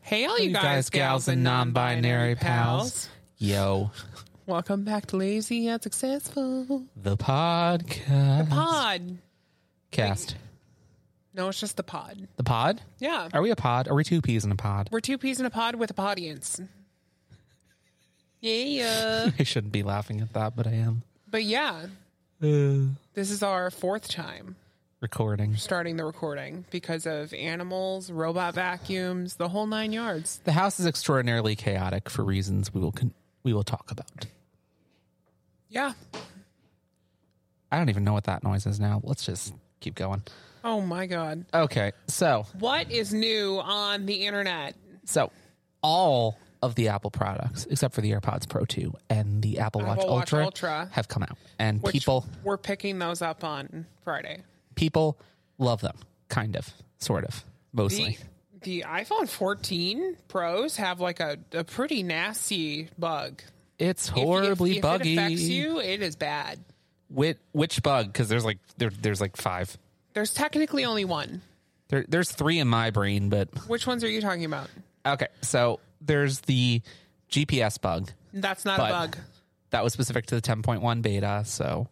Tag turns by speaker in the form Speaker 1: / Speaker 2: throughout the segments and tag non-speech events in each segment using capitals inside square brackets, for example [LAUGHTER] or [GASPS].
Speaker 1: Hey, all you, guys, gals, and non-binary pals.
Speaker 2: Yo,
Speaker 1: Welcome back to Lazy and Successful
Speaker 2: the podcast.
Speaker 1: Pod.
Speaker 2: Cast.
Speaker 1: No, it's just the pod.
Speaker 2: The pod?
Speaker 1: Yeah,
Speaker 2: Are we a pod? Are we two peas in a pod? [LAUGHS]
Speaker 1: we're two peas in a pod with a audience. Yeah,
Speaker 2: I shouldn't be laughing at that, but I am.
Speaker 1: [LAUGHS] but yeah, this is our fourth time
Speaker 2: Recording.
Speaker 1: starting the recording because of animals, robot vacuums, the whole nine yards.
Speaker 2: The house is extraordinarily chaotic for reasons we will con- we will talk about.
Speaker 1: Yeah.
Speaker 2: I don't even know what that noise is now. Let's just keep going.
Speaker 1: Oh my god.
Speaker 2: Okay, so
Speaker 1: What is new on the internet?
Speaker 2: so all of the Apple products except for the AirPods Pro 2 and the Apple Watch,
Speaker 1: Apple Watch
Speaker 2: Ultra,
Speaker 1: Ultra.
Speaker 2: have come out, and
Speaker 1: Which
Speaker 2: people
Speaker 1: we're picking those up on Friday.
Speaker 2: people love them, kind of, sort of, mostly.
Speaker 1: The, the iPhone 14 Pros have like a, a pretty nasty bug.
Speaker 2: It's
Speaker 1: If- if-
Speaker 2: horribly
Speaker 1: if,
Speaker 2: buggy.
Speaker 1: It affects you. It is bad.
Speaker 2: Which, which bug? Because there's like there, there's like five.
Speaker 1: There's technically only one.
Speaker 2: There, there's three in my brain, but
Speaker 1: Which ones are you talking about?
Speaker 2: okay. So there's the GPS bug
Speaker 1: That's not
Speaker 2: But-
Speaker 1: a bug.
Speaker 2: that was specific to the 10.1 beta. So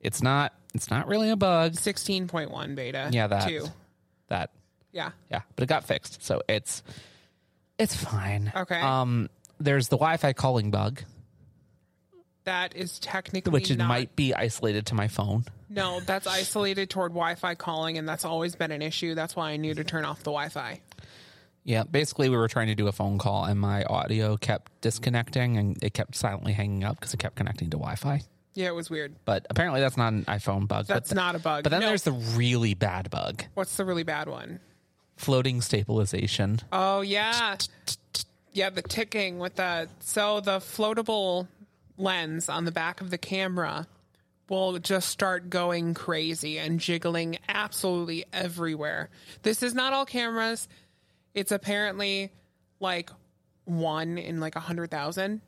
Speaker 2: it's not it's not really a bug.
Speaker 1: 16.1 beta.
Speaker 2: Yeah, that
Speaker 1: Two.
Speaker 2: that
Speaker 1: Yeah.
Speaker 2: yeah, but it got fixed. So it's it's fine.
Speaker 1: Okay.
Speaker 2: Um, there's the Wi-Fi calling bug,
Speaker 1: That is technically
Speaker 2: which it
Speaker 1: not-
Speaker 2: might be isolated to my phone.
Speaker 1: No, that's isolated toward Wi-Fi calling, and that's always been an issue. That's why I knew to turn off the Wi-Fi.
Speaker 2: Yeah, basically we were trying to do a phone call and my audio kept disconnecting and it kept silently hanging up because it kept connecting to Wi-Fi.
Speaker 1: Yeah, it was weird.
Speaker 2: But apparently that's not an iPhone bug.
Speaker 1: That's
Speaker 2: but
Speaker 1: not a bug.
Speaker 2: But then
Speaker 1: No.
Speaker 2: there's the really bad bug,
Speaker 1: What's the really bad one?
Speaker 2: floating stabilization.
Speaker 1: Oh yeah, yeah, the ticking with the so the floatable lens on the back of the camera will just start going crazy and jiggling absolutely everywhere. This is not all cameras. It's apparently like one in like a hundred thousand,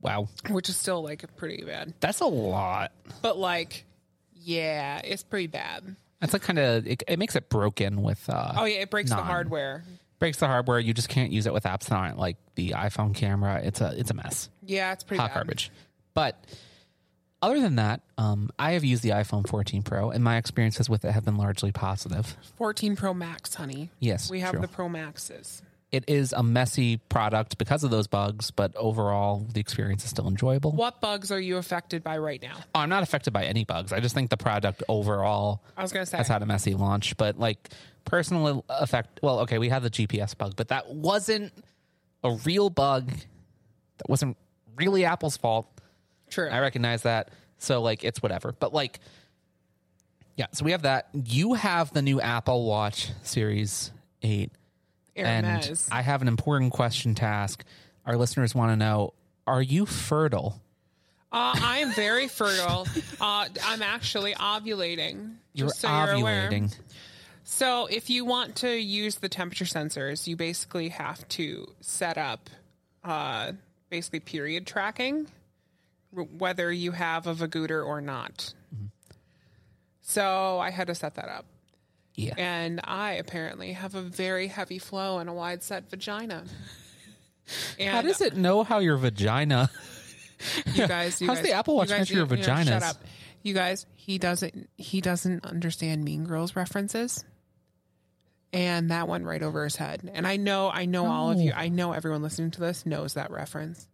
Speaker 2: Wow,
Speaker 1: which is still like pretty bad.
Speaker 2: that's a lot.
Speaker 1: But like, yeah, it's pretty bad.
Speaker 2: That's like kind of it, it makes it broken with uh
Speaker 1: Oh yeah, it breaks the
Speaker 2: None.
Speaker 1: hardware.
Speaker 2: breaks the hardware. You just can't use it with apps that aren't like the iPhone camera. It's a it's a mess.
Speaker 1: Yeah, it's pretty
Speaker 2: Hot
Speaker 1: bad.
Speaker 2: garbage. But other than that, um, I have used the iPhone 14 Pro, and my experiences with it have been largely positive.
Speaker 1: 14 Pro Max, honey.
Speaker 2: Yes,
Speaker 1: We have
Speaker 2: true.
Speaker 1: the Pro Maxes.
Speaker 2: It is a messy product because of those bugs, but overall, the experience is still enjoyable.
Speaker 1: What bugs are you affected by right now?
Speaker 2: Oh, I'm not affected by any bugs. I just think the product overall
Speaker 1: I was going to say.
Speaker 2: has had a messy launch, but like personal effect. Well, okay, we had the GPS bug, but that wasn't a real bug. That wasn't really Apple's fault.
Speaker 1: True.
Speaker 2: I recognize that. So like it's whatever. But like yeah, so we have that. You have the new Apple Watch Series 8 and
Speaker 1: Hermes.
Speaker 2: I have an important question to ask. Our listeners want to know, are you fertile?
Speaker 1: uh, I am very fertile. Uh, I'm actually ovulating.
Speaker 2: You're
Speaker 1: just so You're aware.
Speaker 2: ovulating.
Speaker 1: So, if you want to use the temperature sensors, you basically have to set up uh, basically period tracking, w- whether you have a Vaguter or not.
Speaker 2: Mm-hmm.
Speaker 1: So, I had to set that up.
Speaker 2: Yeah.
Speaker 1: And I apparently have a very heavy flow and a wide set vagina. And
Speaker 2: How does it know how your vagina?
Speaker 1: you guys? You
Speaker 2: How's
Speaker 1: guys-
Speaker 2: the Apple
Speaker 1: you
Speaker 2: Watch
Speaker 1: guys-
Speaker 2: measure your
Speaker 1: you- you know, shut
Speaker 2: vaginas?
Speaker 1: up. You guys, he doesn't. He doesn't understand Mean Girls references, and that went right over his head. And I know, I know, all of you.
Speaker 2: Oh.
Speaker 1: I know everyone listening to this knows that reference.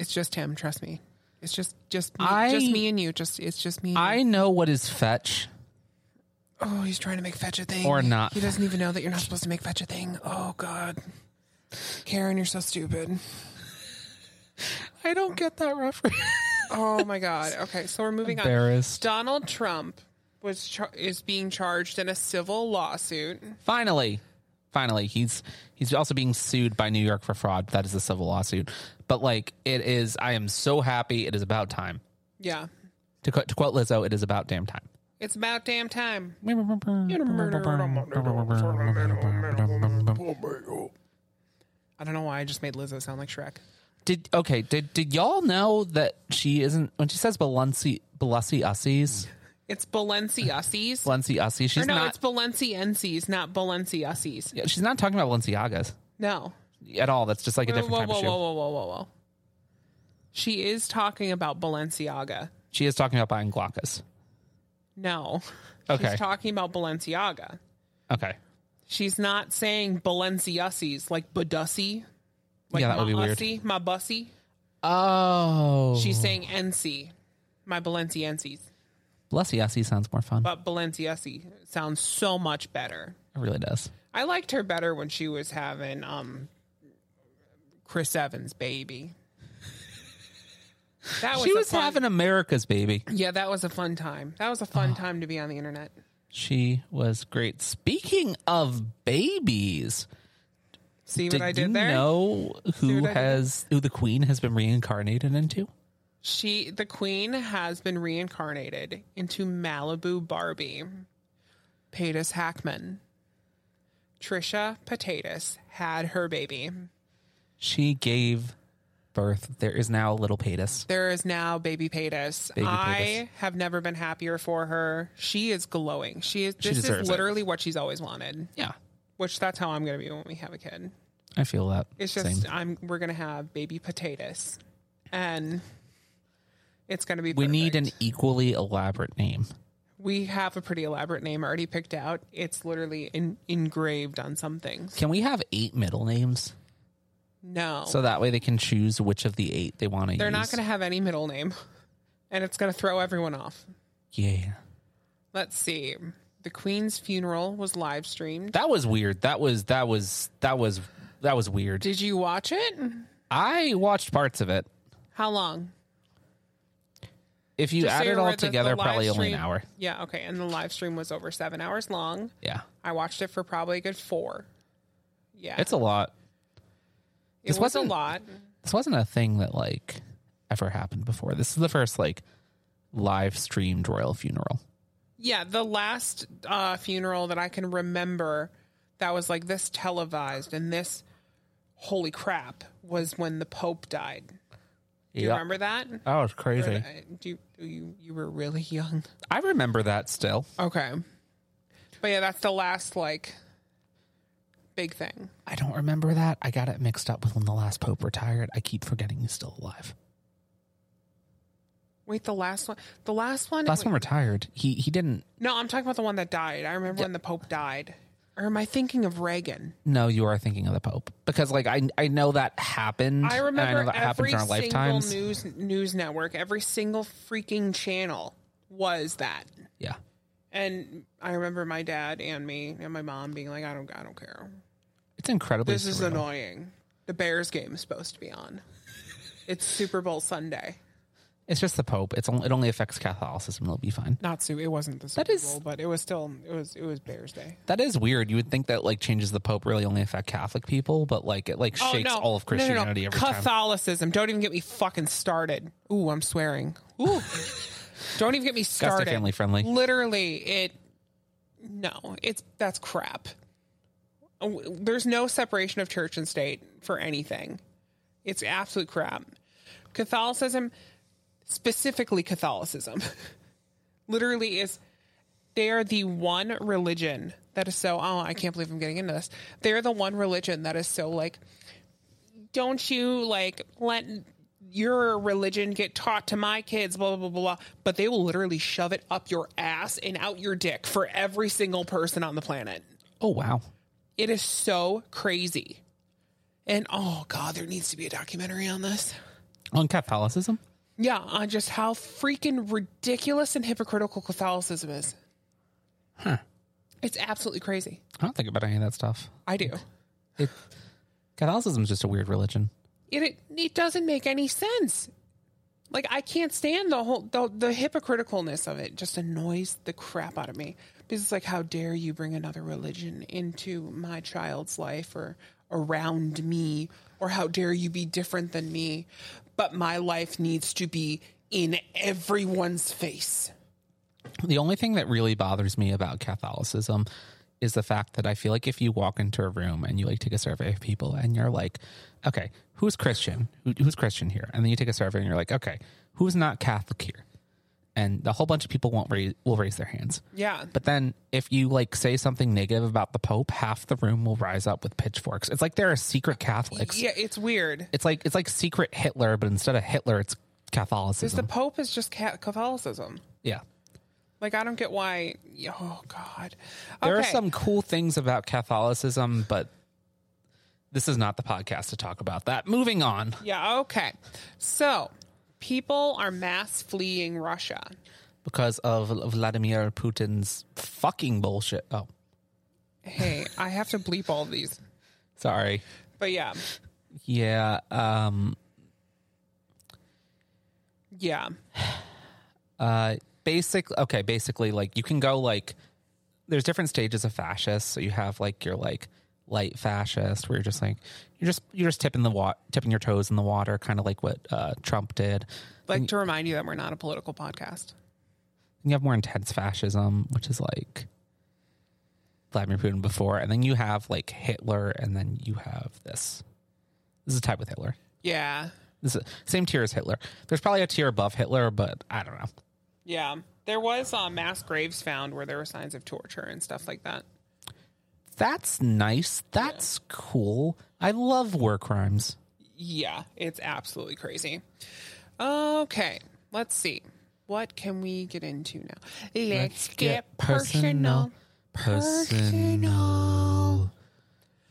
Speaker 1: It's just him. Trust me. It's just, just, me,
Speaker 2: I-
Speaker 1: just me and you. Just, it's just me. And you.
Speaker 2: I know what is fetch.
Speaker 1: Oh, he's trying to make fetch a thing.
Speaker 2: Or not.
Speaker 1: He doesn't even know that you're not supposed to make fetch a thing. Oh God. Karen, you're so stupid.
Speaker 2: I don't get that reference.
Speaker 1: Oh my God. Okay, so we're moving on.
Speaker 2: Embarrassed.
Speaker 1: Donald Trump was char- is being charged in a civil lawsuit.
Speaker 2: [LAUGHS] Finally, finally, he's he's also being sued by New York for fraud. That is a civil lawsuit. But like, it is. I am so happy. It is about time.
Speaker 1: Yeah,
Speaker 2: To, qu- to quote Lizzo, it is about damn time.
Speaker 1: it's about damn time. I don't know why I just made Lizzo sound like Shrek.
Speaker 2: Did okay? Did did y'all know that she isn't when she says Balenci Balenci Ussies?
Speaker 1: It's
Speaker 2: [LAUGHS]
Speaker 1: Balenciussies.
Speaker 2: Balenci Ussie.
Speaker 1: or
Speaker 2: She's
Speaker 1: no,
Speaker 2: not.
Speaker 1: it's Balenciennes, not Balenciussies.
Speaker 2: yeah, she's not talking about Balenciagas
Speaker 1: No.
Speaker 2: at all. That's just like a
Speaker 1: Whoa,
Speaker 2: different
Speaker 1: whoa,
Speaker 2: type
Speaker 1: whoa,
Speaker 2: of shoe.
Speaker 1: whoa, whoa, whoa, whoa, whoa. She is talking about Balenciaga.
Speaker 2: She is talking about buying Glaucus.
Speaker 1: No.
Speaker 2: Okay.
Speaker 1: She's talking about Balenciaga.
Speaker 2: okay.
Speaker 1: She's not saying Balenciussies like Badussy. Like
Speaker 2: Yeah, that would
Speaker 1: my
Speaker 2: be weird.
Speaker 1: Ussy, my bussy.
Speaker 2: Oh.
Speaker 1: She's saying NC, my Balenciennes.
Speaker 2: Blessy Ussie sounds more fun.
Speaker 1: But Balenciennes sounds so much better.
Speaker 2: It really does.
Speaker 1: I liked her better when she was having um, Chris Evans' baby. That was
Speaker 2: She
Speaker 1: a
Speaker 2: was
Speaker 1: fun-
Speaker 2: having Oh. America's baby.
Speaker 1: yeah, that was a fun time. That was a fun time to be on the internet.
Speaker 2: She was great. Speaking of babies,
Speaker 1: See
Speaker 2: did,
Speaker 1: what I
Speaker 2: you
Speaker 1: did there?
Speaker 2: know
Speaker 1: I
Speaker 2: who
Speaker 1: did
Speaker 2: has who the queen has been reincarnated into?
Speaker 1: She, the queen, has been reincarnated into Malibu Barbie, Patus Hackman. Trisha Patatus had her baby.
Speaker 2: She gave birth. There is now a little Patus.
Speaker 1: There is now baby Patus.
Speaker 2: Baby
Speaker 1: I have never been happier for her. She is glowing. She is. This
Speaker 2: deserves
Speaker 1: is
Speaker 2: it.
Speaker 1: literally what she's always wanted.
Speaker 2: Yeah.
Speaker 1: Which that's how I'm going to be when we have a kid.
Speaker 2: I feel that.
Speaker 1: It's just I'm. We're going to have baby Patatus, and it's going to be.
Speaker 2: we need an
Speaker 1: perfect.
Speaker 2: equally elaborate name.
Speaker 1: We have a pretty elaborate name already picked out. It's literally in, engraved on some things.
Speaker 2: Can we have eight middle names?
Speaker 1: No,
Speaker 2: So that way they can choose which of the eight they want to use.
Speaker 1: they're not going to have any middle name, and it's going to throw everyone off.
Speaker 2: Yeah.
Speaker 1: Let's see. The Queen's funeral was live streamed.
Speaker 2: That was weird. That was that was that was that was weird.
Speaker 1: Did you watch it?
Speaker 2: I watched parts of it.
Speaker 1: How long?
Speaker 2: If you
Speaker 1: Just so
Speaker 2: add it
Speaker 1: you're
Speaker 2: all
Speaker 1: aware that the
Speaker 2: together,
Speaker 1: live
Speaker 2: probably only an
Speaker 1: stream-
Speaker 2: hour.
Speaker 1: Yeah, okay. And the live stream was over seven hours long.
Speaker 2: Yeah.
Speaker 1: I watched it for probably a good four. Yeah,
Speaker 2: It's a lot.
Speaker 1: it was a
Speaker 2: wasn't-
Speaker 1: lot.
Speaker 2: This wasn't a thing that like ever happened before. This is the first like live streamed royal funeral.
Speaker 1: Yeah, the last uh, funeral that I can remember that was like this televised and this holy crap was when the Pope died. Do you
Speaker 2: Yeah.
Speaker 1: remember that?
Speaker 2: That was Oh, crazy.
Speaker 1: Uh, Do you, you you were really young?
Speaker 2: I remember that still.
Speaker 1: Okay, but yeah, that's the last like big thing.
Speaker 2: I don't remember that. I got it mixed up with when the last pope retired. I keep forgetting he's still alive.
Speaker 1: Wait, the last one. The last one.
Speaker 2: Last one retired. He he didn't.
Speaker 1: No, I'm talking about the one that died. I remember when the Pope died. Or am I thinking of Reagan?
Speaker 2: No, you are thinking of the pope because like I I know that happened.
Speaker 1: I
Speaker 2: and
Speaker 1: remember
Speaker 2: know that
Speaker 1: every
Speaker 2: happens in our
Speaker 1: single
Speaker 2: lifetimes.
Speaker 1: news news network, every single freaking channel was that.
Speaker 2: yeah.
Speaker 1: And I remember my dad and me and my mom being like, "I don't, I don't care.
Speaker 2: It's incredibly
Speaker 1: This is
Speaker 2: surreal.
Speaker 1: annoying. The Bears game is supposed to be on. It's Super Bowl Sunday.
Speaker 2: It's just the Pope. It's only, it only affects Catholicism. It'll be fine.
Speaker 1: Not Super. It wasn't the Super
Speaker 2: is-
Speaker 1: Bowl, but it was still. It was. It was Bears Day.
Speaker 2: That is weird. You would think that like changes the Pope really only affect Catholic people, but like it like shakes all of
Speaker 1: Oh, No, no, no.
Speaker 2: Christianity every time.
Speaker 1: Catholicism. Don't even get me fucking started. Ooh, I'm swearing.
Speaker 2: [LAUGHS]
Speaker 1: Ooh. Don't even get me started.
Speaker 2: family friendly.
Speaker 1: Literally, it. No, it's that's crap. Oh, There's no separation of church and state for anything. It's absolute crap. Catholicism, specifically Catholicism, [LAUGHS] literally is they are the one religion that is so oh i can't believe i'm getting into this they're the one religion that is so like don't you like let your religion get taught to my kids blah blah blah blah but they will literally shove it up your ass and out your dick for every single person on the planet
Speaker 2: Oh wow.
Speaker 1: it is so crazy and oh god there needs to be a documentary on this
Speaker 2: On Catholicism?
Speaker 1: yeah on just how freaking ridiculous and hypocritical catholicism is huh it's absolutely crazy
Speaker 2: I don't think about any of that stuff.
Speaker 1: I do.
Speaker 2: It, Catholicism's just a weird religion.
Speaker 1: It, it it doesn't make any sense. Like I can't stand the whole the, the hypocriticalness of it. Just annoys the crap out of me. Because it's like, how dare you bring another religion into my child's life or around me, or how dare you be different than me? But my life needs to be in everyone's face.
Speaker 2: The only thing that really bothers me about Catholicism is the fact that I feel like if you walk into a room and you like take a survey of people and you're like, okay, who's Christian? Who, who's Christian here? And then you take a survey and you're like, okay, who's not Catholic here? and a whole bunch of people won't raise will raise their hands.
Speaker 1: Yeah.
Speaker 2: But then if you like say something negative about the Pope, half the room will rise up with pitchforks. It's like there are secret Catholics.
Speaker 1: yeah, it's weird.
Speaker 2: It's like it's like secret Hitler, but instead of Hitler, it's Catholicism.
Speaker 1: The Pope is just ca- Catholicism.
Speaker 2: yeah.
Speaker 1: Like I don't get why. Oh God.
Speaker 2: There
Speaker 1: Okay.
Speaker 2: are some cool things about Catholicism, but this is not the podcast to talk about that. Moving on.
Speaker 1: Yeah. Okay. So people are mass fleeing Russia.
Speaker 2: because of Vladimir Putin's fucking bullshit. Oh,
Speaker 1: Hey, I have to bleep all these.
Speaker 2: sorry.
Speaker 1: But yeah,
Speaker 2: Yeah, um
Speaker 1: yeah,
Speaker 2: uh basic okay, basically like you can go like there's different stages of fascists. So you have like your like light fascist where you're just like you're just you're just tipping the wa- tipping your toes in the water kind of like what uh Trump did.
Speaker 1: like to remind you that we're not a political podcast.
Speaker 2: And you have more intense fascism, which is like Vladimir Putin before, and then you have like Hitler and then you have this. This is tied with Hitler.
Speaker 1: Yeah,
Speaker 2: This is same tier as Hitler. There's probably a tier above Hitler, but I don't know.
Speaker 1: yeah. There was uh, mass graves found where there were signs of torture and stuff like that.
Speaker 2: That's nice. That's cool. I love war crimes.
Speaker 1: Yeah, it's absolutely crazy. Okay, let's see. What can we get into now? Let's, get, personal.
Speaker 2: Personal.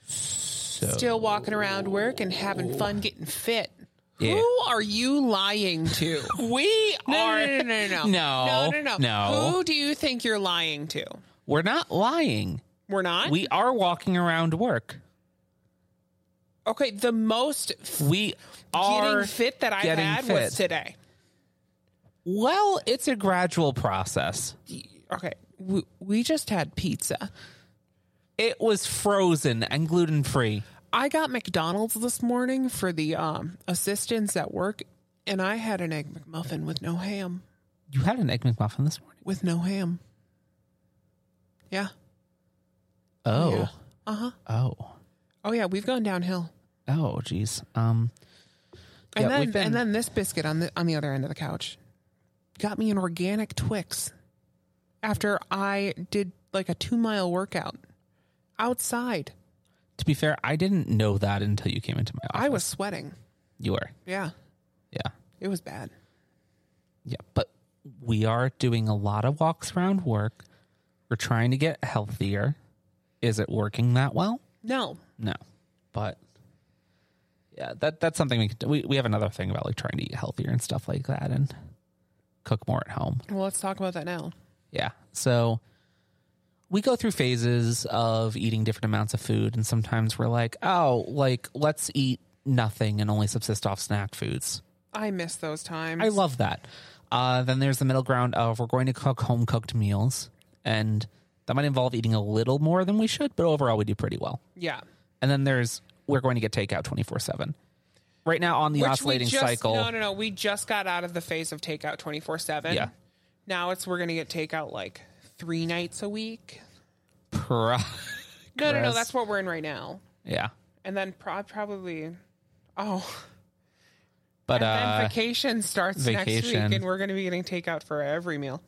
Speaker 1: Still walking around work and having fun getting fit.
Speaker 2: Yeah.
Speaker 1: Who are you lying to?
Speaker 2: We
Speaker 1: no,
Speaker 2: are.
Speaker 1: no, no, no,
Speaker 2: [LAUGHS] No,
Speaker 1: no, no, no,
Speaker 2: no.
Speaker 1: Who do you think you're lying to?
Speaker 2: We're not lying.
Speaker 1: We're not.
Speaker 2: We are walking around work.
Speaker 1: okay, the most f-
Speaker 2: We are
Speaker 1: getting fit that I
Speaker 2: getting
Speaker 1: had was
Speaker 2: fit.
Speaker 1: today.
Speaker 2: Well, it's a gradual process.
Speaker 1: Okay, we, we just had pizza.
Speaker 2: It was frozen and gluten free.
Speaker 1: I got McDonald's this morning for the um, assistants at work, and I had an egg McMuffin with no ham.
Speaker 2: You had an egg McMuffin this morning.
Speaker 1: With no ham. Yeah.
Speaker 2: Oh.
Speaker 1: Yeah. Uh huh.
Speaker 2: Oh.
Speaker 1: Oh yeah, we've gone downhill.
Speaker 2: Oh, geez. Um,
Speaker 1: And
Speaker 2: Yeah,
Speaker 1: then
Speaker 2: we've been-
Speaker 1: and then this biscuit on the on the other end of the couch got me an organic Twix after I did like a two mile workout outside.
Speaker 2: to be fair, I didn't know that until you came into my office.
Speaker 1: I was sweating.
Speaker 2: You were.
Speaker 1: Yeah.
Speaker 2: Yeah.
Speaker 1: It was bad.
Speaker 2: Yeah. But we are doing a lot of walks around work. We're trying to get healthier. Is it working that well?
Speaker 1: No.
Speaker 2: No. But yeah, that that's something we can do. We, we have another thing about like trying to eat healthier and stuff like that and cook more at home.
Speaker 1: Well, let's talk about that now.
Speaker 2: Yeah. So we go through phases of eating different amounts of food. And sometimes we're like, oh, like, let's eat nothing and only subsist off snack foods.
Speaker 1: I miss those times.
Speaker 2: I love that. Uh, then there's the middle ground of we're going to cook home cooked meals, and that might involve eating a little more than we should, but overall we do pretty well.
Speaker 1: yeah.
Speaker 2: And then there's we're going to get takeout 24 seven. Right now on the
Speaker 1: Which we
Speaker 2: oscillating
Speaker 1: just-
Speaker 2: cycle,
Speaker 1: No, no, no. We just got out of the phase of takeout twenty four seven.
Speaker 2: Yeah.
Speaker 1: Now it's we're gonna get takeout like three nights a week.
Speaker 2: pro-
Speaker 1: No, no, no.
Speaker 2: Gross.
Speaker 1: That's what we're in right now.
Speaker 2: yeah,
Speaker 1: And then prob probably, oh,
Speaker 2: but
Speaker 1: and
Speaker 2: [LAUGHS] uh,
Speaker 1: then vacation starts next
Speaker 2: vacation.
Speaker 1: week, and we're going to be getting takeout for every meal.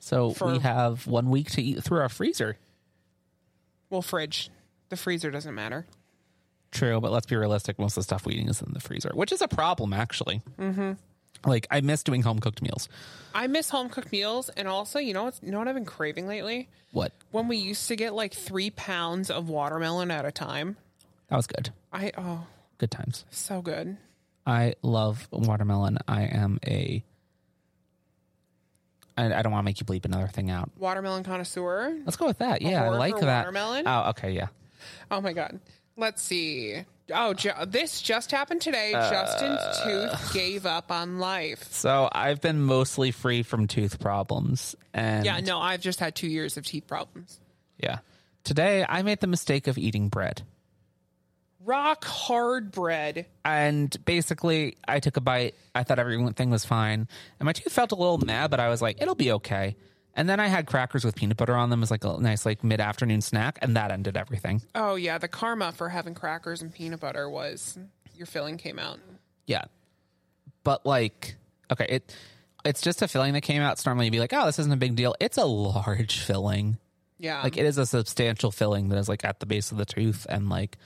Speaker 2: so we
Speaker 1: for-
Speaker 2: have one week to eat through our freezer.
Speaker 1: Well, fridge, the freezer doesn't matter.
Speaker 2: True, but let's be realistic. Most of the stuff we eating is in the freezer, which is a problem actually. Mm-hmm. Like I miss doing home cooked meals.
Speaker 1: I miss home cooked meals, and also, you know, what's, you know what I've been craving lately?
Speaker 2: What
Speaker 1: When we used to get like three pounds of watermelon at a time.
Speaker 2: that was good.
Speaker 1: I oh,
Speaker 2: Good times.
Speaker 1: so good.
Speaker 2: I love watermelon. I am a. I, I don't want to make you bleep another thing out.
Speaker 1: Watermelon connoisseur.
Speaker 2: Let's go with that. Yeah, I
Speaker 1: whore
Speaker 2: like
Speaker 1: for
Speaker 2: that.
Speaker 1: watermelon?
Speaker 2: Oh, okay, yeah.
Speaker 1: Oh my god. Let's see. Uh. Oh, ju- this just happened today. Justin's tooth gave up on life.
Speaker 2: So I've been mostly free from tooth problems, and
Speaker 1: Yeah, no, I've just had two years of teeth problems.
Speaker 2: yeah. Today I made the mistake of eating bread,
Speaker 1: Rock hard bread.
Speaker 2: and basically I took a bite. I thought everything was fine, and my tooth felt a little mad, but I was like, it'll be okay. And then I had crackers with peanut butter on them as like a nice like mid afternoon snack, and that ended everything.
Speaker 1: Oh yeah, the karma for having crackers and peanut butter was your filling came out.
Speaker 2: Yeah. But like, okay, it it's just a filling that came out. It's normally you'd be like, oh, this isn't a big deal. It's a large filling.
Speaker 1: Yeah.
Speaker 2: Like it is a substantial filling that is like at the base of the tooth and like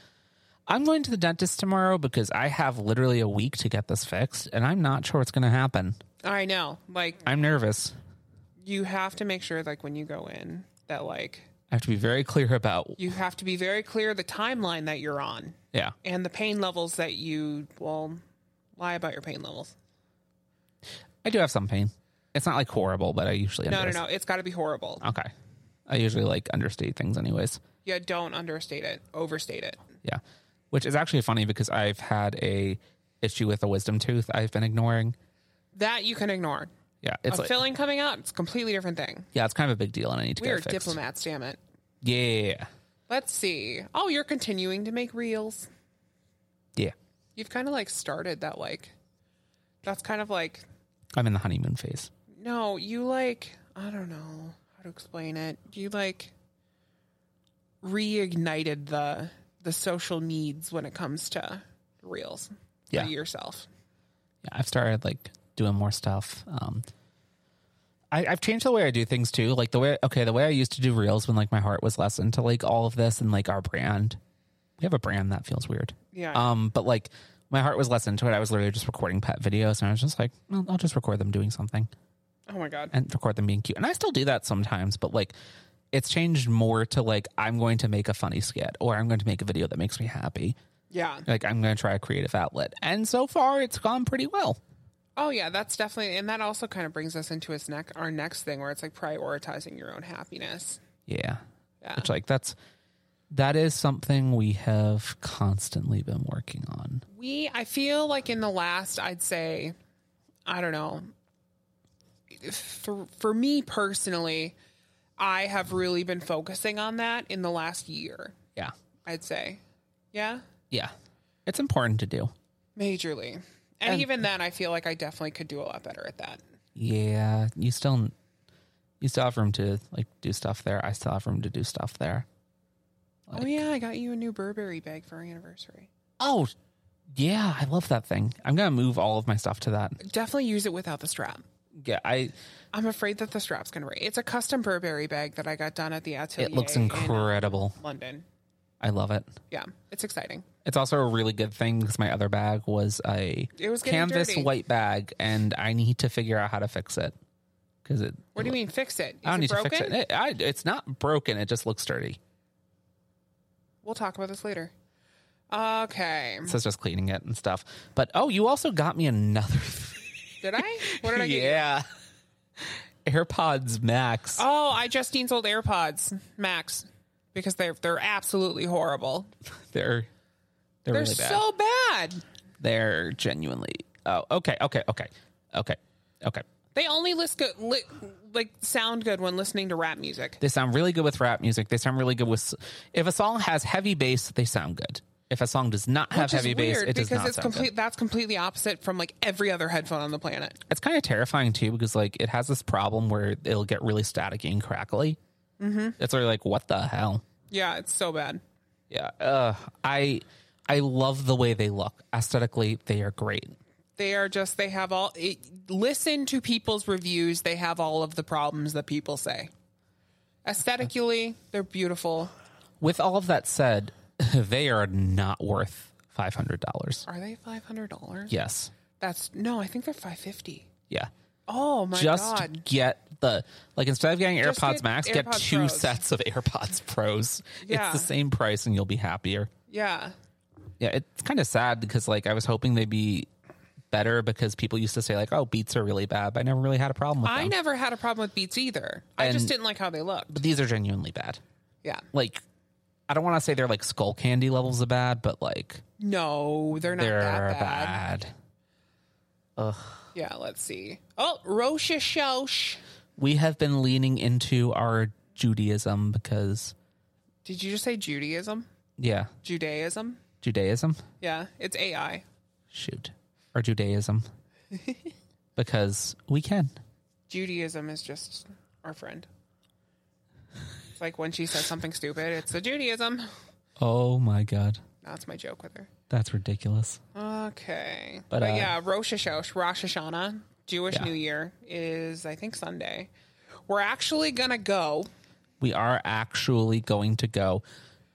Speaker 2: I'm going to the dentist tomorrow because I have literally a week to get this fixed and I'm not sure what's going to happen.
Speaker 1: I know. Like
Speaker 2: I'm nervous.
Speaker 1: you have to make sure like when you go in that like
Speaker 2: I have to be very clear about
Speaker 1: you have to be very clear the timeline that you're on
Speaker 2: yeah.
Speaker 1: and the pain levels that you well lie about your pain levels.
Speaker 2: I do have some pain. It's not like horrible, but I usually
Speaker 1: No, no, no. It's got to be horrible.
Speaker 2: Okay. I usually like understate things anyways.
Speaker 1: Yeah, don't understate it. Overstate it.
Speaker 2: Yeah. Which is actually funny because I've had a issue with a wisdom tooth I've been ignoring.
Speaker 1: That you can ignore.
Speaker 2: Yeah, it's
Speaker 1: a
Speaker 2: like,
Speaker 1: filling coming out, it's a completely different thing.
Speaker 2: yeah, it's kind of a big deal and I need to
Speaker 1: We
Speaker 2: get
Speaker 1: are
Speaker 2: it fixed.
Speaker 1: diplomats, damn it.
Speaker 2: Yeah.
Speaker 1: Let's see. Oh, you're continuing to make reels.
Speaker 2: Yeah.
Speaker 1: You've kind of like started that like that's kind of like
Speaker 2: I'm in the honeymoon phase.
Speaker 1: no, you like I don't know how to explain it. You like reignited the the social needs when it comes to reels
Speaker 2: Yeah.
Speaker 1: for yourself.
Speaker 2: Yeah, I've started like doing more stuff. Um, I, I've changed the way I do things too. Like the way, okay, the way I used to do reels when like my heart was less into like all of this and like our brand. We have a brand that feels weird.
Speaker 1: Yeah.
Speaker 2: Um, but like my heart was less into it. I was literally just recording pet videos, and I was just like, well, I'll just record them doing something
Speaker 1: oh my god.
Speaker 2: and record them being cute. And I still do that sometimes, but like it's changed more to like I'm going to make a funny skit or I'm going to make a video that makes me happy.
Speaker 1: Yeah.
Speaker 2: Like I'm going to try a creative outlet, and so far it's gone pretty well.
Speaker 1: Oh yeah, that's definitely and that also kind of brings us into his neck our next thing where it's like prioritizing your own happiness.
Speaker 2: Yeah.
Speaker 1: Yeah.
Speaker 2: Which like that's that is something we have constantly been working on.
Speaker 1: We, I feel like in the last, I'd say, I don't know. For, for me personally, I have really been focusing on that in the last year,
Speaker 2: Yeah.
Speaker 1: I'd say. Yeah,
Speaker 2: Yeah. It's important to do.
Speaker 1: majorly. And, even then, I feel like I definitely could do a lot better at that.
Speaker 2: Yeah. You still you still have room to like do stuff there. I still have room to do stuff there.
Speaker 1: oh, yeah, I got you a new Burberry bag for our anniversary.
Speaker 2: Oh yeah, I love that thing. I'm gonna move all of my stuff to that.
Speaker 1: Definitely use it without the strap.
Speaker 2: Yeah, I
Speaker 1: I'm afraid that the strap's going to break. It's a custom Burberry bag that I got done at the atelier.
Speaker 2: it looks
Speaker 1: in uh,
Speaker 2: incredible.
Speaker 1: London.
Speaker 2: I love it.
Speaker 1: Yeah, it's exciting.
Speaker 2: It's also a really good thing because my other bag was a
Speaker 1: It was getting
Speaker 2: canvas
Speaker 1: dirty.
Speaker 2: white bag, and I need to figure out how to fix it because it.
Speaker 1: What do you mean fix it? Is
Speaker 2: I don't
Speaker 1: it
Speaker 2: need
Speaker 1: broken?
Speaker 2: to fix it. it I, it's not broken. It just looks dirty.
Speaker 1: We'll talk about this later. Okay.
Speaker 2: So it's just cleaning it and stuff. But oh, you also got
Speaker 1: [LAUGHS]
Speaker 2: me another. thing.
Speaker 1: Did I? What
Speaker 2: [LAUGHS]
Speaker 1: did I get? you?
Speaker 2: yeah. AirPods Max.
Speaker 1: Oh, I Justine's old AirPods Max because they're they're absolutely horrible.
Speaker 2: They're they're,
Speaker 1: They're
Speaker 2: really bad.
Speaker 1: so bad.
Speaker 2: they're genuinely. Oh, okay, okay, okay, okay, okay.
Speaker 1: They only list good, li, like sound good when listening to rap music.
Speaker 2: They sound really good with rap music. They sound really good with. s- If a song has heavy bass, they sound good. If a song does not have
Speaker 1: Which is
Speaker 2: heavy bass,
Speaker 1: weird
Speaker 2: it does
Speaker 1: because
Speaker 2: not
Speaker 1: it's
Speaker 2: sound good.
Speaker 1: complete. That's completely opposite from like every other headphone on the planet.
Speaker 2: it's kind of terrifying too because like it has this problem where it'll get really staticky and crackly. Mm-hmm. It's really like what the hell?
Speaker 1: Yeah, it's so bad.
Speaker 2: Yeah, uh, I I love the way they look aesthetically. They are great.
Speaker 1: They are just. They have all. It, listen to people's reviews. They have all of the problems that people say. Aesthetically, they're beautiful.
Speaker 2: With all of that said, [LAUGHS] they are not worth five hundred dollars.
Speaker 1: Are they five hundred dollars?
Speaker 2: Yes,
Speaker 1: That's no, I think they're five fifty.
Speaker 2: yeah.
Speaker 1: Oh my
Speaker 2: Just
Speaker 1: god.
Speaker 2: get the like instead of getting
Speaker 1: Just
Speaker 2: AirPods
Speaker 1: get
Speaker 2: Max, get
Speaker 1: AirPods
Speaker 2: two
Speaker 1: Pros.
Speaker 2: sets of [LAUGHS] AirPods Pros.
Speaker 1: Yeah.
Speaker 2: It's the same price, and you'll be happier.
Speaker 1: Yeah.
Speaker 2: Yeah, it's kind of sad because like I was hoping they'd be better because people used to say like, "Oh, Beats are really bad," but I never really had a problem with
Speaker 1: I
Speaker 2: them.
Speaker 1: never had a problem with Beats either. I just
Speaker 2: And-
Speaker 1: didn't like how they looked.
Speaker 2: But these are genuinely bad.
Speaker 1: Yeah.
Speaker 2: Like, I don't want to say they're like skull candy levels of bad, but like
Speaker 1: No, they're not
Speaker 2: they're
Speaker 1: that bad.
Speaker 2: bad.
Speaker 1: Yeah, let's see. Oh, Rosh Hashosh.
Speaker 2: We have been leaning into our Judaism because
Speaker 1: Did you just say Judaism?
Speaker 2: yeah,
Speaker 1: Judaism?
Speaker 2: Judaism.
Speaker 1: Yeah, it's AI.
Speaker 2: Shoot,
Speaker 1: [LAUGHS]
Speaker 2: our Judaism because we can.
Speaker 1: Judaism is just our friend. It's like when she says something stupid, it's the Judaism.
Speaker 2: Oh my god,
Speaker 1: That's my joke with her.
Speaker 2: that's ridiculous.
Speaker 1: Okay. But,
Speaker 2: But, uh,
Speaker 1: yeah, Rosh Hashosh, Rosh Hashanah. Jewish
Speaker 2: Yeah.
Speaker 1: New Year is I think Sunday. We're actually gonna go.
Speaker 2: We are actually going to go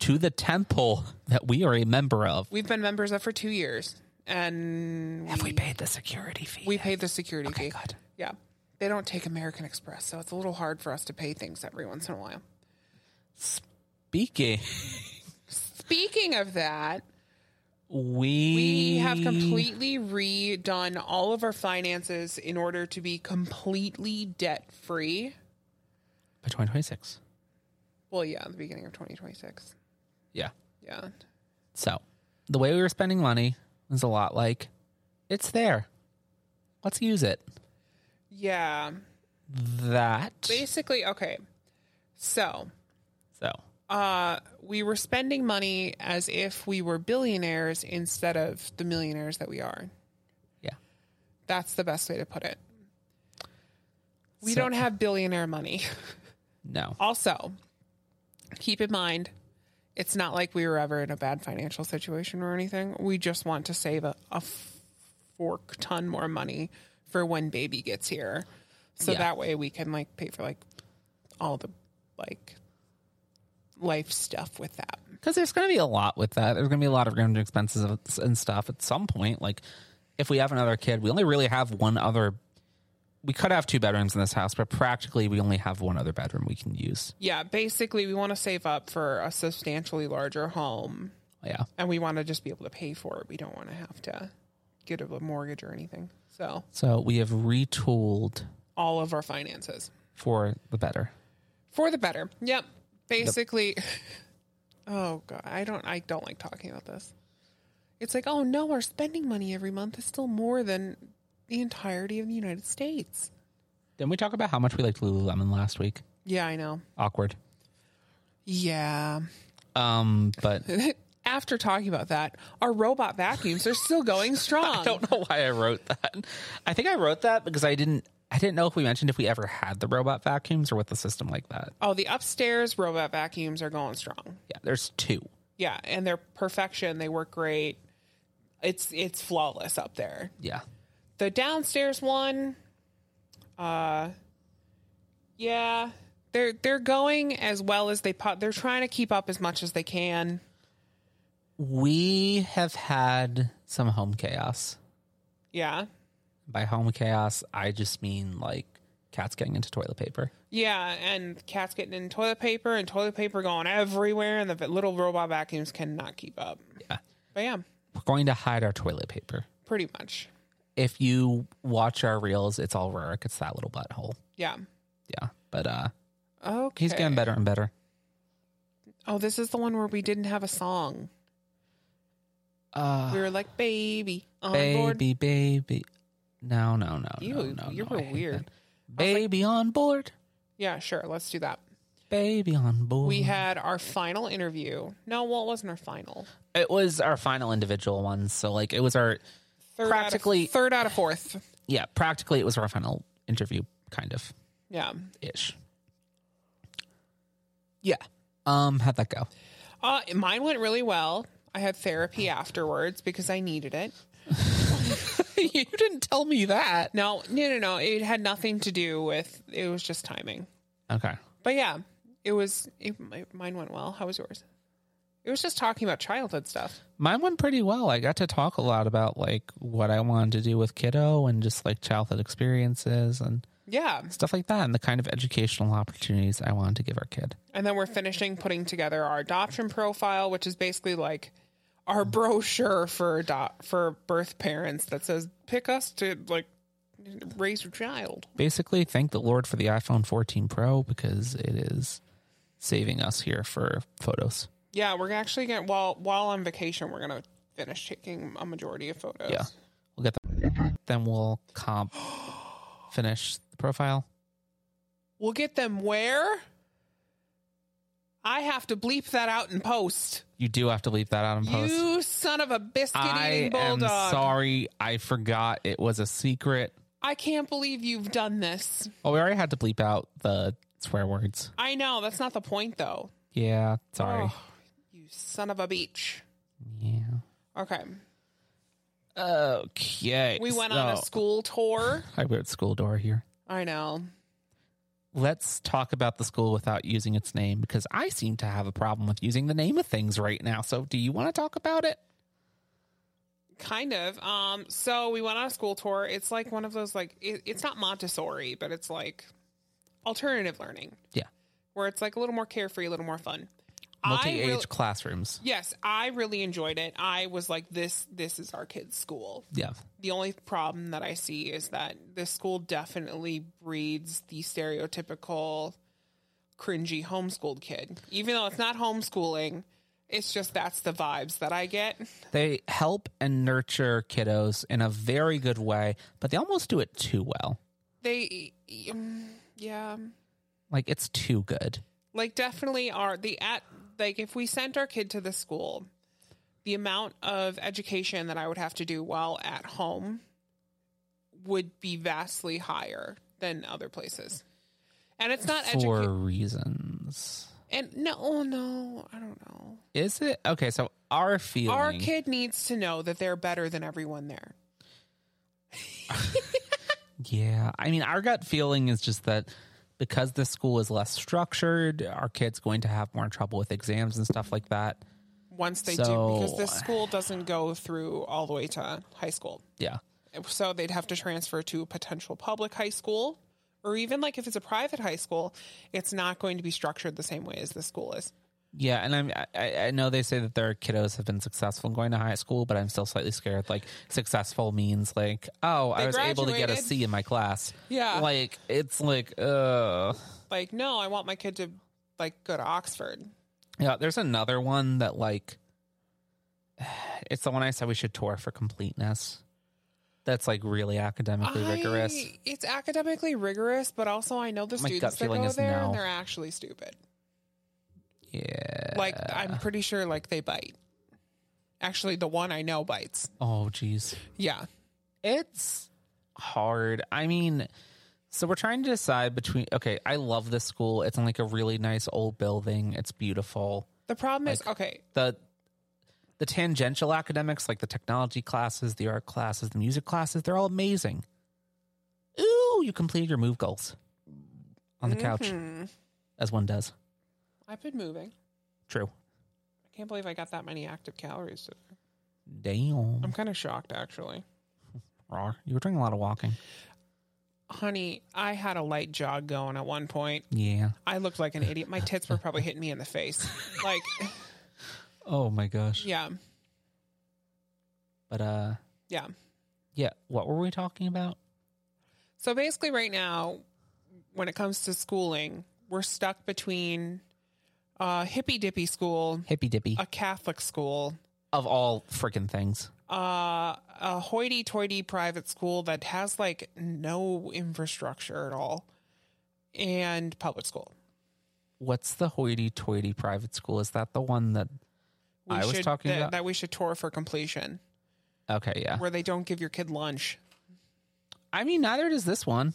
Speaker 2: to the temple that we are a member of.
Speaker 1: We've been members of for two years, and
Speaker 2: Have we paid the security fee?
Speaker 1: we paid the security fee.
Speaker 2: good.
Speaker 1: Yeah, they don't take American Express, so it's a little hard for us to pay things every once in a while.
Speaker 2: Speaking,
Speaker 1: Speaking of that,
Speaker 2: we
Speaker 1: we have completely redone all of our finances in order to be completely debt free.
Speaker 2: by 2026.
Speaker 1: Well, yeah, the beginning of 2026.
Speaker 2: Yeah.
Speaker 1: Yeah.
Speaker 2: So the way we were spending money was a lot like it's there. Let's use it.
Speaker 1: Yeah.
Speaker 2: That
Speaker 1: Basically, okay. So,
Speaker 2: so
Speaker 1: uh, we were spending money as if we were billionaires instead of the millionaires that we are.
Speaker 2: yeah.
Speaker 1: That's the best way to put it. We
Speaker 2: So-
Speaker 1: don't have billionaire money. [LAUGHS]
Speaker 2: No.
Speaker 1: Also, keep in mind, it's not like we were ever in a bad financial situation or anything. We just want to save a, a fork ton more money for when baby gets here. So
Speaker 2: Yeah.
Speaker 1: that way we can like pay for like all the like life stuff with that.
Speaker 2: Because there's going to be a lot with that. There's going to be a lot of random expenses of- and stuff at some point. Like, if we have another kid, we only really have one other. We could have two bedrooms in this house, but practically we only have one other bedroom we can use.
Speaker 1: Yeah, basically we want to save up for a substantially larger home
Speaker 2: Yeah.
Speaker 1: and we want to just be able to pay for it. We don't want to have to get a mortgage or anything. So,
Speaker 2: So we have retooled
Speaker 1: all of our finances.
Speaker 2: for the better.
Speaker 1: for the better. Yep. Basically, [LAUGHS] oh god, I don't, I don't like talking about this. It's like, oh no, our spending money every month is still more than the entirety of the United States.
Speaker 2: Didn't we talk about how much we liked Lululemon last week?
Speaker 1: Yeah, I know.
Speaker 2: Awkward.
Speaker 1: [LAUGHS] Yeah.
Speaker 2: Um, [LAUGHS] but
Speaker 1: After talking about that, our robot vacuums are still [LAUGHS] going strong.
Speaker 2: I don't know why I wrote that. I think I wrote that because I didn't. I didn't know if we mentioned if we ever had the robot vacuums or with the system like that.
Speaker 1: oh, the upstairs robot vacuums are going strong.
Speaker 2: Yeah, there's two.
Speaker 1: Yeah, and they're perfection. They work great. It's it's flawless up there.
Speaker 2: Yeah,
Speaker 1: the downstairs one uh yeah they're they're going as well as they po- they're trying to keep up as much as they can
Speaker 2: we have had some home chaos.
Speaker 1: yeah
Speaker 2: By home chaos, I just mean like cats getting into toilet paper.
Speaker 1: yeah and cats getting in toilet paper and toilet paper going everywhere and the v- little robot vacuums cannot keep up
Speaker 2: Yeah,
Speaker 1: but yeah
Speaker 2: we're going to hide our toilet paper.
Speaker 1: pretty much
Speaker 2: If you watch our reels, it's all Rurik. It's that little butthole.
Speaker 1: yeah
Speaker 2: Yeah, but uh,
Speaker 1: okay
Speaker 2: he's getting better and better.
Speaker 1: oh this is the one where we didn't have a song
Speaker 2: Uh,
Speaker 1: we were like baby on board
Speaker 2: baby, baby. No, no, no,
Speaker 1: You-
Speaker 2: no, no.
Speaker 1: you
Speaker 2: no,
Speaker 1: were
Speaker 2: I hate
Speaker 1: weird.
Speaker 2: that. Baby on board.
Speaker 1: yeah sure let's do that
Speaker 2: Baby on board.
Speaker 1: we had our final interview no well it wasn't our final
Speaker 2: it was our final individual one, so like it was our
Speaker 1: third out
Speaker 2: Practically-
Speaker 1: of, third out of fourth.
Speaker 2: yeah, practically it was our final interview, kind of
Speaker 1: Yeah.
Speaker 2: ish. Yeah. Um, how'd that go?
Speaker 1: Uh, mine went really well. I had therapy afterwards because I needed it.
Speaker 2: [LAUGHS] you didn't tell me that.
Speaker 1: No, no, no, no. It had nothing to do with. It was just timing.
Speaker 2: Okay.
Speaker 1: But yeah, it was. It, my- mine went well. How was yours? It was just talking about childhood stuff.
Speaker 2: Mine went pretty well. I got to talk a lot about like what I wanted to do with kiddo and just like childhood experiences and
Speaker 1: Yeah,
Speaker 2: stuff like that and the kind of educational opportunities I wanted to give our kid.
Speaker 1: and then we're finishing putting together our adoption profile, which is basically like our brochure for adopt for birth parents that says pick us to like raise your child.
Speaker 2: basically thank the Lord for the iPhone 14 Pro because it is saving us here for photos.
Speaker 1: Yeah, we're actually going to, while while on vacation, we're going to finish taking a majority of photos.
Speaker 2: Yeah. We'll get them. Then we'll comp [GASPS] finish the profile.
Speaker 1: We'll get them where? I have to bleep that out in post.
Speaker 2: You do have to leave that out in post.
Speaker 1: You son of a biscuit
Speaker 2: I
Speaker 1: eating
Speaker 2: am
Speaker 1: bulldog.
Speaker 2: sorry. I forgot it was a secret.
Speaker 1: I can't believe you've done this.
Speaker 2: Well, we already had to bleep out the swear words.
Speaker 1: I know, that's not the point though.
Speaker 2: Yeah, sorry.
Speaker 1: Oh, you son of a beach.
Speaker 2: Yeah.
Speaker 1: Okay.
Speaker 2: Okay.
Speaker 1: We went on a
Speaker 2: so-
Speaker 1: school tour.
Speaker 2: I wrote school door here.
Speaker 1: I know.
Speaker 2: Let's talk about the school without using its name because I seem to have a problem with using the name of things right now. So, do you want to talk about it?
Speaker 1: Kind of. Um, so we went on a school tour. It's like one of those like it, it's not Montessori, but it's like alternative learning
Speaker 2: Yeah.
Speaker 1: where it's like a little more carefree, a little more fun.
Speaker 2: Multi
Speaker 1: I
Speaker 2: age
Speaker 1: really-
Speaker 2: classrooms.
Speaker 1: yes, I really enjoyed it. I was like, this this is our kids' school.
Speaker 2: Yeah.
Speaker 1: The only problem that I see is that this school definitely breeds the stereotypical cringy homeschooled kid. Even though it's not homeschooling, it's just that's the vibes that I get.
Speaker 2: They help and nurture kiddos in a very good way, but they almost do it too well.
Speaker 1: They mm, yeah.
Speaker 2: Like, it's too good.
Speaker 1: like definitely are the at like if we sent our kid to the school the amount of education that i would have to do while at home would be vastly higher than other places and it's not
Speaker 2: for
Speaker 1: education
Speaker 2: reasons.
Speaker 1: and no oh no i don't know
Speaker 2: Is it okay? So our feeling,
Speaker 1: our kid needs to know that they're better than everyone there
Speaker 2: yeah. I mean, our gut feeling is just that because this school is less structured, our kid's going to have more trouble with exams and stuff like that.
Speaker 1: once they do
Speaker 2: So-
Speaker 1: because this school doesn't go through all the way to high school
Speaker 2: Yeah,
Speaker 1: so they'd have to transfer to a potential public high school or even like if it's a private high school it's not going to be structured the same way as the school is
Speaker 2: yeah. And I'm, I- I, I know they say that their kiddos have been successful in going to high school, but I'm still slightly scared. Like successful means like, oh, I
Speaker 1: They
Speaker 2: was able to get a
Speaker 1: graduated. Uh.
Speaker 2: C in my class.
Speaker 1: Yeah.
Speaker 2: like it's like, uh,
Speaker 1: like no i want my kid to like go to oxford
Speaker 2: Yeah, there's another one that like [SIGHS] it's the one I said we should tour for completeness. That's like really academically rigorous.
Speaker 1: I- it's academically rigorous but also i know the
Speaker 2: My gut
Speaker 1: students that
Speaker 2: feeling
Speaker 1: go
Speaker 2: is
Speaker 1: there
Speaker 2: no.
Speaker 1: and they're actually stupid
Speaker 2: Yeah.
Speaker 1: like i'm pretty sure like they bite actually the one i know bites
Speaker 2: Oh jeez.
Speaker 1: yeah
Speaker 2: It's hard. I mean, so we're trying to decide between okay, I love this school. It's in like a really nice old building. It's beautiful.
Speaker 1: the problem is okay
Speaker 2: The the tangential academics like the technology classes, the art classes, the music classes, they're all amazing. Ooh, you completed your move goals on the couch.
Speaker 1: Hmm.
Speaker 2: as one does.
Speaker 1: i've been moving
Speaker 2: True.
Speaker 1: i can't believe i got that many active calories today.
Speaker 2: Damn.
Speaker 1: i'm kind of shocked actually
Speaker 2: Rawr. You were doing a lot of walking.
Speaker 1: honey, I had a light jog going at one point.
Speaker 2: Yeah.
Speaker 1: I looked like an idiot. My tits were probably hitting me in the face. Like, [LAUGHS]
Speaker 2: Oh my gosh.
Speaker 1: yeah,
Speaker 2: But uh
Speaker 1: yeah.
Speaker 2: yeah, what were we talking about?
Speaker 1: So basically, right now, when it comes to schooling, we're stuck between a hippy dippy school,
Speaker 2: Hippy dippy.
Speaker 1: a Catholic school,
Speaker 2: of all freaking things.
Speaker 1: uh, a hoity toity private school that has like no infrastructure at all, and public school.
Speaker 2: What's the hoity toity private school? Is that the one that
Speaker 1: We
Speaker 2: I was
Speaker 1: should,
Speaker 2: talking
Speaker 1: that,
Speaker 2: about-
Speaker 1: that we should tour for completion,
Speaker 2: Okay, yeah.
Speaker 1: where they don't give your kid lunch.
Speaker 2: I mean neither does this one.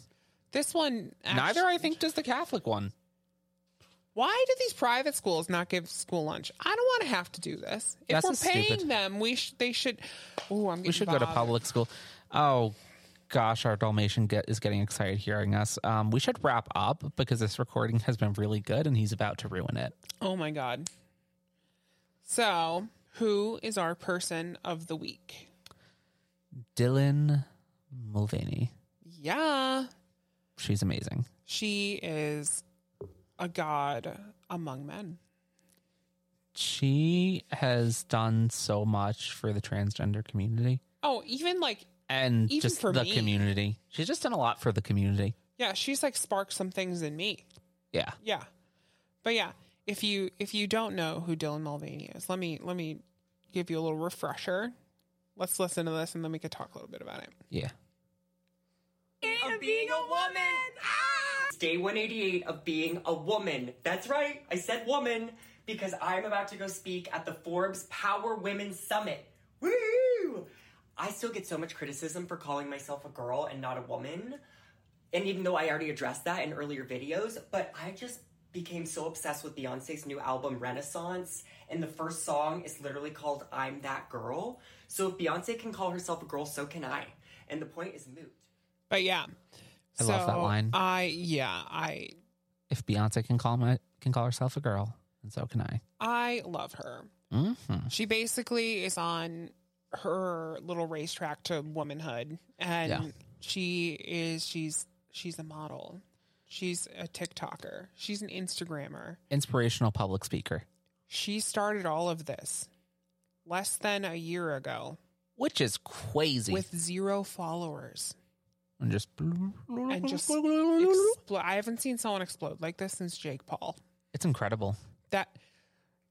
Speaker 1: This one,
Speaker 2: Neither I think does the Catholic one.
Speaker 1: Why do these private schools not give school lunch? I don't want to have to do this. If
Speaker 2: That's
Speaker 1: we're
Speaker 2: just stupid.
Speaker 1: paying them, we sh- they should. Oh, I'm getting
Speaker 2: We should go to
Speaker 1: bothered.
Speaker 2: public school. Oh gosh, our Dalmatian get, is getting excited hearing us. Um, we should wrap up because this recording has been really good and he's about to ruin it.
Speaker 1: Oh my god. So, who is our person of the week?
Speaker 2: Dylan Mulvaney.
Speaker 1: Yeah,
Speaker 2: She's amazing.
Speaker 1: she is a god among men.
Speaker 2: she has done so much for the transgender community
Speaker 1: Oh, even like
Speaker 2: and
Speaker 1: Even
Speaker 2: just
Speaker 1: for
Speaker 2: the
Speaker 1: me.
Speaker 2: community. She's just done a lot for the community.
Speaker 1: yeah, she's like sparked some things in me.
Speaker 2: Yeah.
Speaker 1: Yeah. But yeah, if you if you don't know who Dylan Mulvaney is, let me let me give you a little refresher. Let's listen to this and then we could talk a little bit about it.
Speaker 2: Yeah.
Speaker 3: of being a woman. Ah! It's Day 188 of being a woman. That's right, I said woman because I'm about to go speak at the Forbes Power Women Summit. Woo! I still get so much criticism for calling myself a girl and not a woman. And even though I already addressed that in earlier videos, but I just became so obsessed with Beyonce's new album Renaissance, and the first song is literally called I'm That Girl. So if Beyonce can call herself a girl, so can I. And the point is moot.
Speaker 1: But yeah.
Speaker 2: I love that
Speaker 1: So,
Speaker 2: line.
Speaker 1: I yeah, I
Speaker 2: If Beyonce can call my can call herself a girl, and so can I.
Speaker 1: I love her.
Speaker 2: hmm
Speaker 1: She basically is on her little racetrack to womanhood and
Speaker 2: Yeah.
Speaker 1: she is she's she's a model. She's a TikToker. She's an Instagrammer.
Speaker 2: Inspirational public speaker,
Speaker 1: She started all of this less than a year ago
Speaker 2: which is crazy.
Speaker 1: with zero followers.
Speaker 2: and just
Speaker 1: And just expl- I haven't seen someone explode like this since Jake Paul.
Speaker 2: [LAUGHS] it's incredible.
Speaker 1: That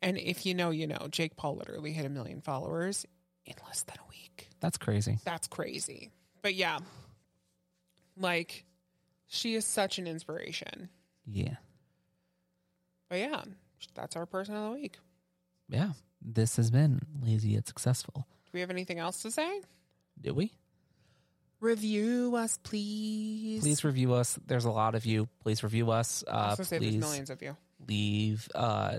Speaker 1: and if you know, you know, Jake Paul literally hit a million followers in less than a week.
Speaker 2: That's crazy.
Speaker 1: That's crazy. But yeah. Like she is such an inspiration.
Speaker 2: Yeah.
Speaker 1: But yeah, that's our person of the week. Do
Speaker 2: Yeah. This has been lazy yet successful.
Speaker 1: we have anything else to say?
Speaker 2: Do we?
Speaker 1: Review us, please.
Speaker 2: Please review us. There's a lot of you. Please review us.
Speaker 1: I
Speaker 2: Uh,
Speaker 1: was gonna say there's
Speaker 2: please
Speaker 1: millions of you
Speaker 2: leave. Uh,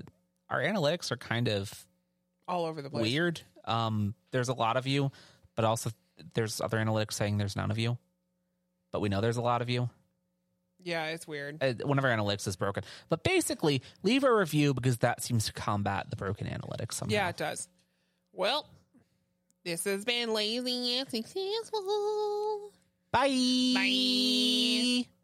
Speaker 2: our analytics are kind of
Speaker 1: all over the place.
Speaker 2: weird. Um, there's a lot of you, but also there's other analytics saying there's none of you. But we know there's a lot of you.
Speaker 1: Yeah, it's weird.
Speaker 2: Uh, one of our analytics is broken. But basically, leave a review because that seems to combat the broken analytics somehow.
Speaker 1: Yeah, it does. Well, this has been lazy and successful.
Speaker 2: Bye.
Speaker 1: Bye.